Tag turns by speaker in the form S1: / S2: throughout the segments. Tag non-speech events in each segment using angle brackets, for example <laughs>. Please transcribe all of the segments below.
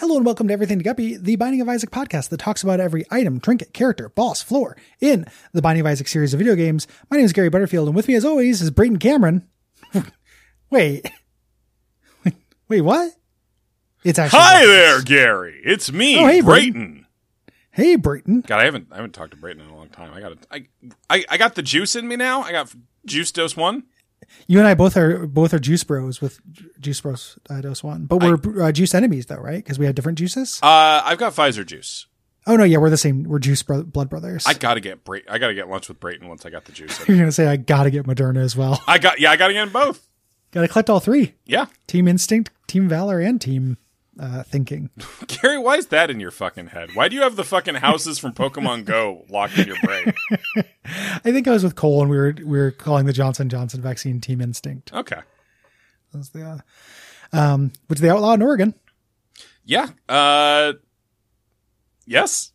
S1: Hello and welcome to Everything to Guppy, the Binding of Isaac podcast that talks about every item, trinket, character, boss, floor in the Binding of Isaac series of video games. My name is Gary Butterfield, and with me, as always, is Brayden Cameron. <laughs> wait, <laughs> wait, what? It's actually
S2: Hi there, Gary. It's me,
S1: Oh, hey, buddy.
S2: Brayton.
S1: Hey, Brayton.
S2: God, I haven't I haven't talked to Brayton in a long time. I got I, I I got the juice in me now. I got juice dose one.
S1: You and I both are both are juice bros with Ju- Juice Bros uh, Dose One, but we're uh, juice enemies though, right? Because we have different juices.
S2: Uh, I've got Pfizer juice.
S1: oh no, yeah, we're the same. We're juice bro- blood brothers.
S2: I gotta get Bray. I gotta get lunch with Brayton once I got the juice. in.
S1: <laughs> You're gonna say I gotta get Moderna as well. <laughs>
S2: I got yeah. I gotta get 'em both.
S1: gotta collect all three:
S2: Yeah, <laughs>
S1: Team Instinct, Team Valor, and Team uh, Thinking.
S2: Gary, why is that in your fucking head? Why do you have the fucking houses from Pokemon Go locked in your brain?
S1: I think I was with Cole, and we were we were calling the Johnson Johnson vaccine Team Instinct.
S2: Okay.
S1: That's the, uh, um, which they outlaw in Oregon. <laughs>
S2: Yeah. Uh. Yes.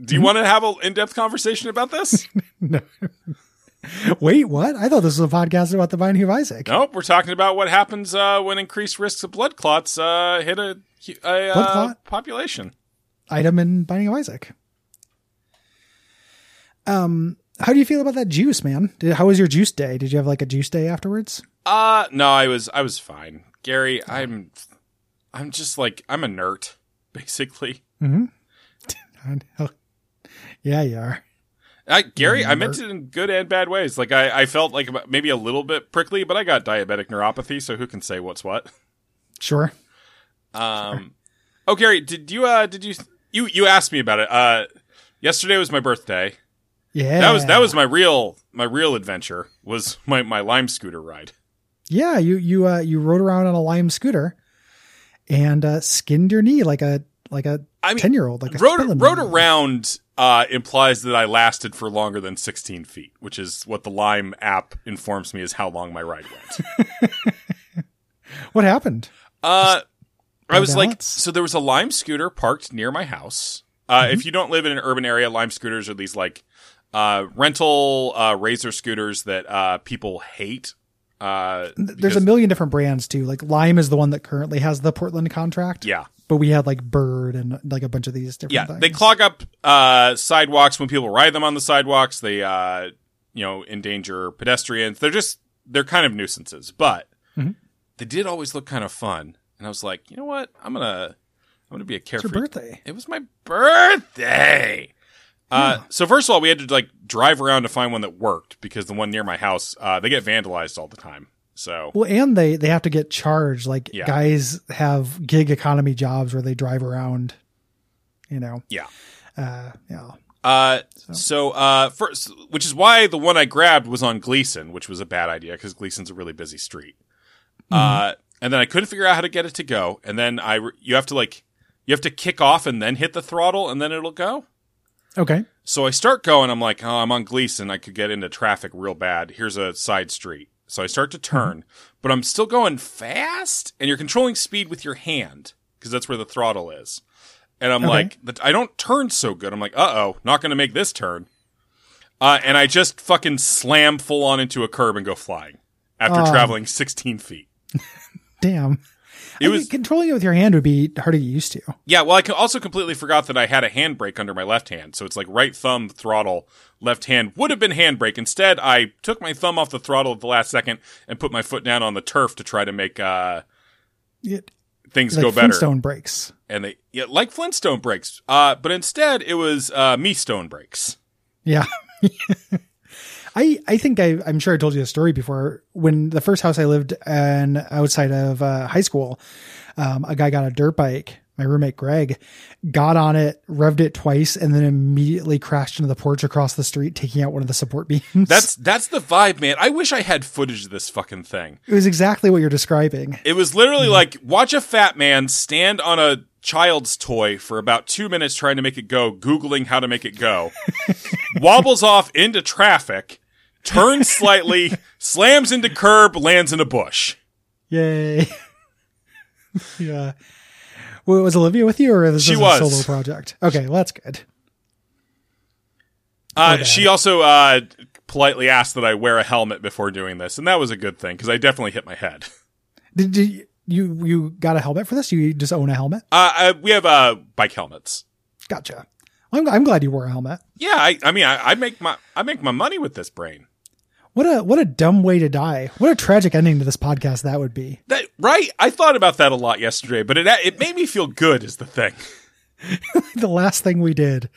S2: Do you
S1: Mm-hmm.
S2: want to have an in-depth conversation about this?
S1: no. Wait, what? I thought this was a podcast about the Binding of Isaac.
S2: Nope, we're talking about what happens uh, when increased risks of blood clots uh, hit a, a
S1: Blood
S2: uh,
S1: clot?
S2: population.
S1: Item in Binding of Isaac. Um, how do you feel about that juice, man? Did, how was your juice day? Did you have like a juice day afterwards?
S2: Uh no, I was I was fine, Gary. I'm I'm just like I'm a nerd, <laughs> basically.
S1: I know. oh, yeah, you are.
S2: I, Gary, I meant it in good and bad ways. Like I, I felt like about- maybe a little bit prickly, but I got diabetic neuropathy, so who can say what's what? <laughs>
S1: Sure.
S2: Um, oh, Gary, did you uh did you you you asked me about it? Uh, yesterday was my birthday.
S1: Yeah.
S2: That was that was my real my real adventure was my my lime scooter ride.
S1: Yeah, you you uh you rode around on a lime scooter and uh skinned your knee like a like a
S2: I mean,
S1: ten year old, like a
S2: Rode
S1: spelling
S2: rode
S1: bee.
S2: around uh, implies that I lasted for longer than 16 feet, which is what the Lime app informs me is how long my ride
S1: <laughs>
S2: went.
S1: What happened?
S2: Uh, I was like,
S1: balance?
S2: so there was a Lime scooter parked near my house. Uh,
S1: Mm-hmm.
S2: If you don't live in an urban area, Lime scooters are these like uh, rental uh, razor scooters that uh, people hate. Uh,
S1: There's a million different brands too. Like Lime is the one that currently has the Portland contract.
S2: yeah.
S1: But we had like Bird and like a bunch of these different
S2: Yeah,
S1: things.
S2: they clog up uh, sidewalks when people ride them on the sidewalks. They, uh, you know, endanger pedestrians. They're just they're kind of nuisances, but
S1: Mhm.
S2: they did always look kind of fun. And I was like, you know what? I'm gonna I'm gonna be a
S1: it's
S2: carefree.
S1: your birthday.
S2: It was my birthday. Uh, So first of all, we had to like drive around to find one that worked because the one near my house uh, they get vandalized all the time. So
S1: Well, and they they have to get charged. Like
S2: Yeah.
S1: guys have gig economy jobs where they drive around. You know.
S2: Yeah.
S1: Uh, yeah.
S2: Uh, so, uh, first, which is why the one I grabbed was on Gleason, which was a bad idea because Gleason's a really busy street. Uh, and then I couldn't figure out how to get it to go. And then I, re- you have to like, you have to kick off and then hit the throttle and then it'll go.
S1: Okay.
S2: So I start going. I'm like, oh, I'm on Gleason. I could get into traffic real bad. Here's a side street. So I start to
S1: Mm-hmm.
S2: turn, but I'm still going fast, and you're controlling speed with your hand because that's where the throttle is. And I'm
S1: Okay.
S2: like, the- I don't turn so good. I'm like, uh oh, not going to make this turn. Uh, and I just fucking slam full on into a curb and go flying after
S1: Oh.
S2: traveling 16 feet.
S1: Damn.
S2: It
S1: I
S2: was-
S1: think controlling it with your hand would be hard to get used to.
S2: Yeah, well, I co- also completely forgot that I had a handbrake under my left hand. So it's like right thumb throttle, left hand would have been handbrake. Instead, I took my thumb off the throttle at the last second and put my foot down on the turf to try to make uh,
S1: It,
S2: things
S1: like
S2: go better.
S1: Flintstone breaks.
S2: And they yeah, like Flintstone brakes, uh, but instead it was uh, me stone brakes.
S1: Yeah. <laughs> I I think I I'm sure I told you the story before. When the first house I lived in outside of uh, high school, um, a guy got a dirt bike. My roommate Greg got on it, revved it twice, and then immediately crashed into the porch across the street, taking out one of the support <laughs> beams.
S2: That's that's the vibe, man. I wish I had footage of this fucking thing.
S1: it was exactly what you're describing.
S2: It was literally like watch a fat man stand on a child's toy for about two minutes trying to make it go, googling how to make it go, wobbles off into traffic, turns slightly, slams into curb, lands in a bush.
S1: Yay! <laughs> yeah. Well, was Olivia with you, or this
S2: She
S1: is
S2: was.
S1: a solo project? Okay, well that's good.
S2: Uh, she also uh, politely asked that I wear a helmet before doing this, and that was a good thing because I definitely hit my head.
S1: Did, did You you got a helmet for this? You just own a helmet?
S2: Uh, I, we have uh bike helmets.
S1: Gotcha. I'm I'm glad you wore a helmet.
S2: Yeah, I, I mean, I, I make my I make my money with this brain.
S1: What a what a dumb way to die. What a tragic ending to this podcast that would be. <laughs>
S2: That right? I thought about that a lot yesterday, but it it made me feel good. Is the thing.
S1: the last thing we did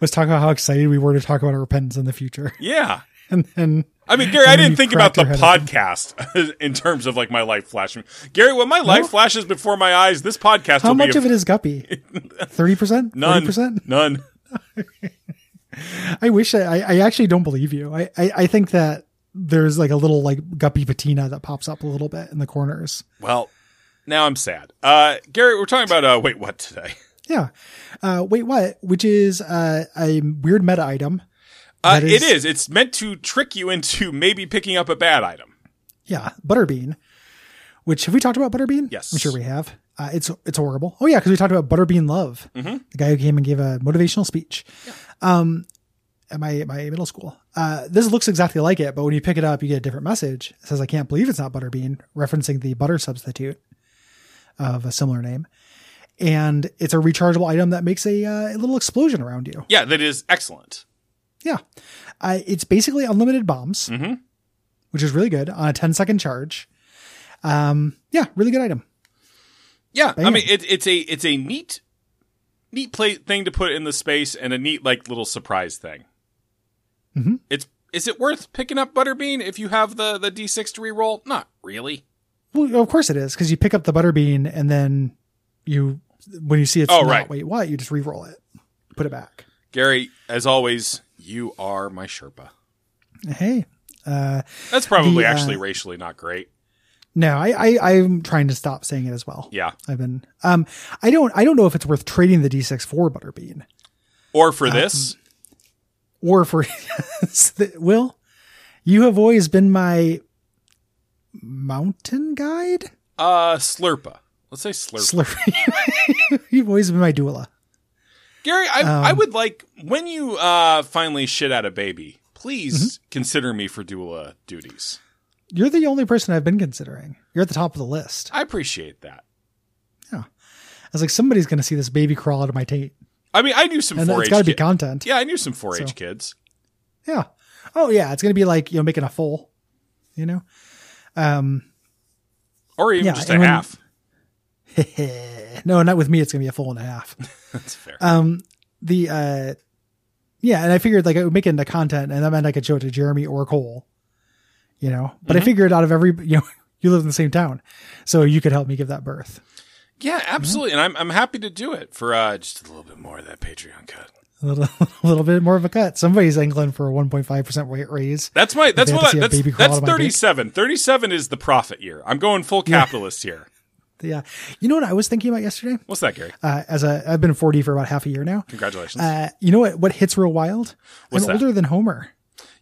S1: was talk about how excited we were to talk about our repentance in the future. <laughs>
S2: Yeah.
S1: And then
S2: I mean, Gary, I
S1: And
S2: didn't
S1: you
S2: think
S1: cracked
S2: about the
S1: your head open.
S2: podcast <laughs> in terms of like my life flashing. Gary, when my life flashes before my eyes, this podcast
S1: how
S2: will
S1: much
S2: be
S1: of it is guppy? 30%?
S2: none,
S1: 40%?
S2: none.
S1: I wish I, I actually don't believe you. I, I, I think that there's like a little like guppy patina that pops up a little bit in the corners.
S2: Well, now I'm sad. Uh, Gary, we're talking about uh, wait, what today?
S1: Yeah. Uh, wait, what? Which is uh, a weird meta item.
S2: Uh,
S1: That
S2: It
S1: is-
S2: is. It's meant to trick you into maybe picking up a bad item.
S1: Yeah, Butterbean. Which have we talked about Butterbean?
S2: Yes.
S1: I'm sure we have. Uh, it's it's horrible. Oh yeah, because we talked about Butterbean Love, the guy who came and gave a motivational speech, um, at my at my middle school. Uh, this looks exactly like it, but when you pick it up, you get a different message. It says, "I can't believe it's not Butterbean," referencing the butter substitute of a similar name, and it's a rechargeable item that makes a, uh, a little explosion around you.
S2: Yeah, that is excellent.
S1: Yeah, uh, it's basically unlimited bombs,
S2: Mhm.
S1: which is really good on a 10 second charge. Um, yeah, really good item.
S2: Yeah, I
S1: Bam.
S2: mean, it, it's a it's a neat, neat play thing to put in the space and a neat like little surprise thing.
S1: Mhm.
S2: It's is it worth picking up Butterbean if you have the the D six to reroll? Not really.
S1: Well, of course it is because you pick up the butterbean and then you, when you see it's
S2: Oh,
S1: not
S2: right.
S1: wait what, you just re-roll it, put it back.
S2: Gary, as always, you are my Sherpa.
S1: Hey, uh,
S2: That's probably
S1: The, uh,
S2: actually racially not great.
S1: no, I, I I'm trying to stop saying it as well.
S2: Yeah,
S1: I've been, um, I don't, I don't know if it's worth trading the D6 for butterbean
S2: or
S1: Uh,
S2: for
S1: mm.
S2: this,
S1: or for <laughs> Will. You have always been my mountain guide.
S2: uh, Slurpa. Let's say Slurpa.
S1: Slurpee. <laughs> You've always been my doula.
S2: Gary, I,
S1: Um,
S2: I would like when you uh, finally shit out a baby, please
S1: Mm-hmm.
S2: consider me for doula duties.
S1: You're the only person I've been considering. You're at the top of the list.
S2: I appreciate that.
S1: I was like, somebody's going to see this baby crawl out of my taint,
S2: I mean, I knew some
S1: and it's
S2: 4-H
S1: got to be
S2: kids.
S1: content.
S2: yeah, I knew some 4-H
S1: So.
S2: kids.
S1: Yeah. Oh yeah, it's going to be like you know making a full, you know. <laughs> Um,
S2: or even
S1: Yeah,
S2: just a
S1: and when-
S2: half.
S1: no, not with me. It's going to be a full and a half.
S2: <laughs> That's fair.
S1: Um, the uh, yeah, and I figured like I would make it into content, and that meant I could show it to Jeremy or Cole, you know. But I figured out of every <laughs> you know you live in the same town, so you could help me give that birth.
S2: yeah, absolutely, and I'm I'm happy to do it for uh, just a little bit more of that Patreon cut.
S1: a little, <laughs> a little bit more of a cut. Somebody's angling for a 1.5% rate raise.
S2: That's my that's
S1: They had to
S2: what I,
S1: see a
S2: that's
S1: baby crawl
S2: that's
S1: out of my dick.
S2: 37. 37 is the profit year. I'm going full capitalist here.
S1: Yeah. You know what I was thinking about yesterday?
S2: What's that, Gary?
S1: Uh, as a, I've been 40 for about half a year now.
S2: Congratulations.
S1: Uh, you know what, what hits real wild?
S2: What's
S1: I'm
S2: that?
S1: older than Homer.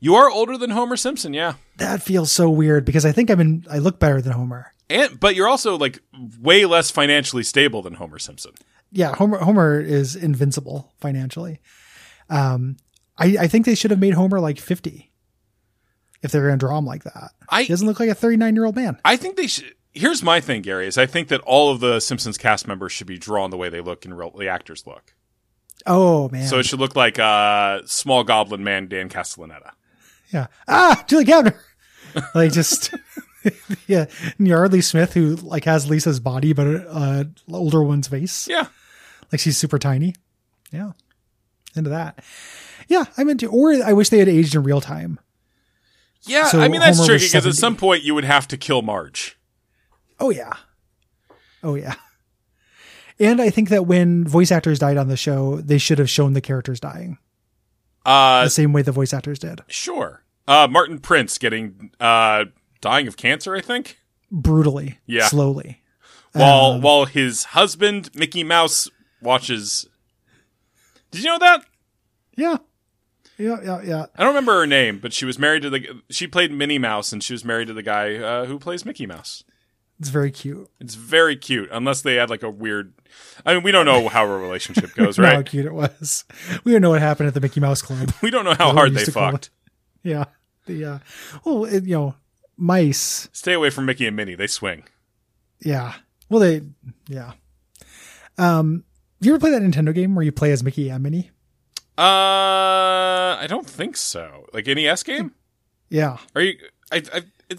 S2: you are older than Homer Simpson, yeah.
S1: That feels so weird because I think I'm in, I look better than Homer.
S2: And but you're also like way less financially stable than Homer Simpson.
S1: Yeah. Homer, Homer is invincible financially. Um, I, I think they should have made Homer like 50 if they're going to draw him like that.
S2: I-
S1: he doesn't look like a 39 year old man.
S2: I think they should. Here's my thing, Gary, is I think that all of the Simpsons cast members should be drawn the way they look and real, the actors look.
S1: Oh man.
S2: So it should look like uh, small goblin man Dan Castellaneta.
S1: Yeah. Ah, Julie Kavner. <laughs> Like just <laughs> yeah, Yardley Smith who like has Lisa's body but a uh, older one's face.
S2: Yeah.
S1: Like she's super tiny. Yeah. Into that. Yeah, I meant to or I wish they had aged in real time.
S2: Yeah,
S1: So
S2: I mean that's
S1: Homer
S2: tricky
S1: was
S2: because at
S1: 70.
S2: some point you would have to kill Marge.
S1: Oh yeah. Oh yeah. And I think that when voice actors died on the show, they should have shown the characters dying
S2: Uh,
S1: the same way the voice actors did.
S2: sure. Uh, Martin Prince getting uh, dying of cancer, I think,
S1: Brutally,
S2: Yeah.
S1: slowly.
S2: while
S1: Um,
S2: while his husband Mickey Mouse watches. Did you know that?
S1: yeah. Yeah, yeah, yeah.
S2: I don't remember her name, but she was married to the. She played Minnie Mouse, and she was married to the guy uh, who plays Mickey Mouse.
S1: It's very cute.
S2: It's very cute, unless they had like a weird. I mean, we don't know how a
S1: <laughs>
S2: relationship goes,
S1: know how
S2: right?
S1: cute it was. We don't know what happened at the Mickey Mouse Club.
S2: We don't know how
S1: What we
S2: hard
S1: used
S2: they
S1: to call
S2: fucked.
S1: it. Yeah. The uh well, it, you know, mice.
S2: Stay away from Mickey and Minnie; they swing.
S1: Yeah. Well, they, yeah. Um, you ever play that Nintendo game where you play as Mickey and Minnie?
S2: Uh, I don't think so. Like NES game?
S1: Yeah,
S2: Are you? I, I it,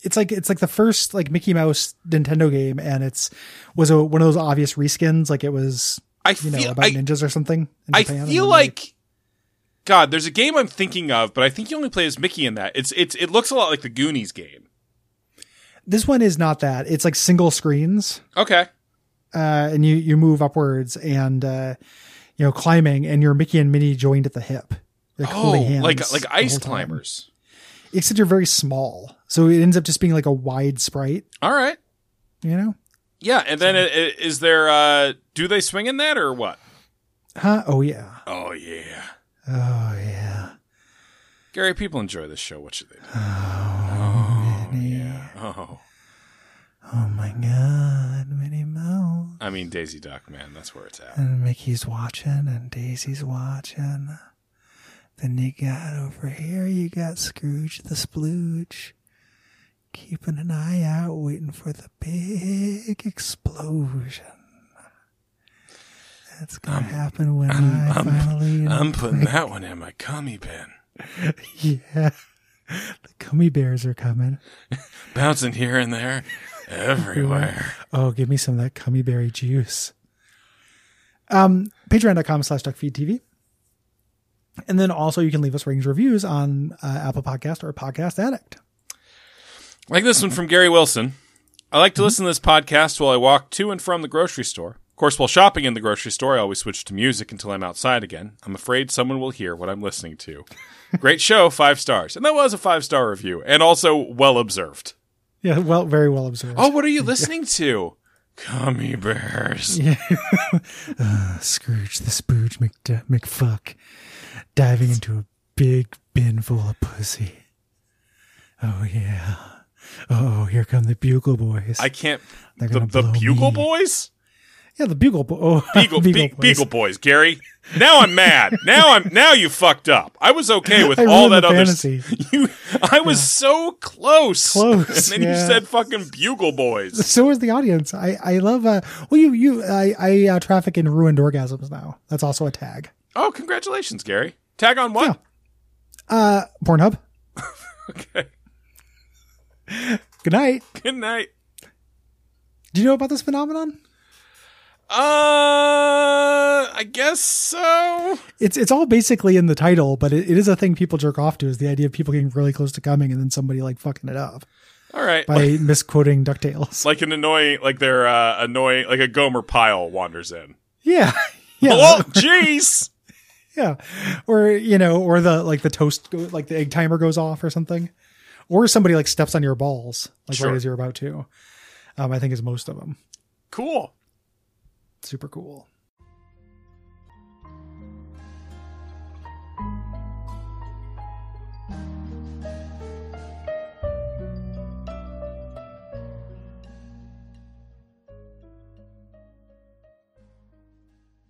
S1: it's like it's like the first like Mickey Mouse Nintendo game, and it's was a, one of those obvious reskins. Like it was,
S2: I
S1: you
S2: feel
S1: know, about
S2: I,
S1: ninjas or something. in
S2: I
S1: Japan, and
S2: feel
S1: then they-
S2: like God. There's a game I'm thinking of, but I think you only play as Mickey in that. It's it's it looks a lot like the Goonies game.
S1: this one is not that. It's like single screens.
S2: Okay.
S1: uh, and you you move upwards and uh, you know climbing, and you're Mickey and Minnie joined at the hip. Like
S2: Oh,
S1: holding hands
S2: like like
S1: the
S2: ice
S1: whole time.
S2: climbers.
S1: Except you're very small, so it ends up just being like a wide sprite.
S2: All right.
S1: You know?
S2: Yeah, and then it, it, is there? uh Do they swing in that or what?
S1: Huh? Oh yeah.
S2: Oh yeah.
S1: Oh yeah.
S2: Gary, people enjoy this show. What should they do?
S1: Oh, Minnie.
S2: Oh,
S1: Oh my God, Minnie Mouse.
S2: I mean Daisy Duck, man. That's where it's at.
S1: And Mickey's watching, and Daisy's watching. Then you got over here, you got Scrooge the Splooge, keeping an eye out, waiting for the big explosion. That's gonna happen when i
S2: I'm-
S1: finally.
S2: I'm putting that one in my commie bin.
S1: yeah, <laughs> the gummy bears are coming.
S2: Bouncing here and there, everywhere.
S1: Oh, give me some of that gummy berry juice. Um, patreon.com slash duckfeedtv. And then also you can leave us ratings reviews on uh, Apple Podcast or Podcast Addict.
S2: Like this one from Gary Wilson. I like to listen to this podcast while I walk to and from the grocery store. Of course, while shopping in the grocery store, I always switch to music until I'm outside again. I'm afraid someone will hear what I'm listening to. Great show, five stars. And that was a five star review, and also well observed.
S1: Yeah, well, very well observed.
S2: Oh, what are you listening to? Gummy bears.
S1: yeah. uh, Scrooge the Spooge McD- McFuck diving into a big bin full of pussy. Oh, yeah. Oh, here come the Bugle Boys.
S2: I can't.
S1: They're
S2: The,
S1: gonna
S2: the
S1: blow
S2: Bugle
S1: me.
S2: Boys?
S1: yeah, the Bugle Boy. Oh, <laughs>
S2: Beagle, Be-
S1: Boys.
S2: Beagle Boys, Gary. Now I'm mad. Now I'm now you fucked up. I was okay with
S1: <laughs> I
S2: all
S1: ruined
S2: that
S1: the
S2: other
S1: fantasy.
S2: <laughs> You, I was so close.
S1: Close,
S2: <laughs> And then you
S1: yeah.
S2: said fucking
S1: <laughs>
S2: Bugle Boys.
S1: so is the audience. I I love uh well you you I I uh, traffic in ruined orgasms now. That's also a tag.
S2: Oh, congratulations, Gary. Tag on what?
S1: Uh Pornhub. <laughs>
S2: Okay.
S1: Good night.
S2: Good night.
S1: Do you know about this phenomenon?
S2: Uh, I guess so.
S1: It's it's all basically in the title, but it, it is a thing people jerk off to is the idea of people getting really close to coming and then somebody like fucking it up
S2: All right.
S1: by
S2: <laughs>
S1: misquoting DuckTales.
S2: Like an annoying, like their uh, annoying, like a Gomer pile wanders in.
S1: Yeah. <laughs> Yeah.
S2: Oh, jeez.
S1: Yeah. Or you know, or the like the toast go- like the egg timer goes off or something. Or somebody like steps on your balls like
S2: Sure.
S1: right as you're about to. Um I think is most of them.
S2: Cool.
S1: Super cool.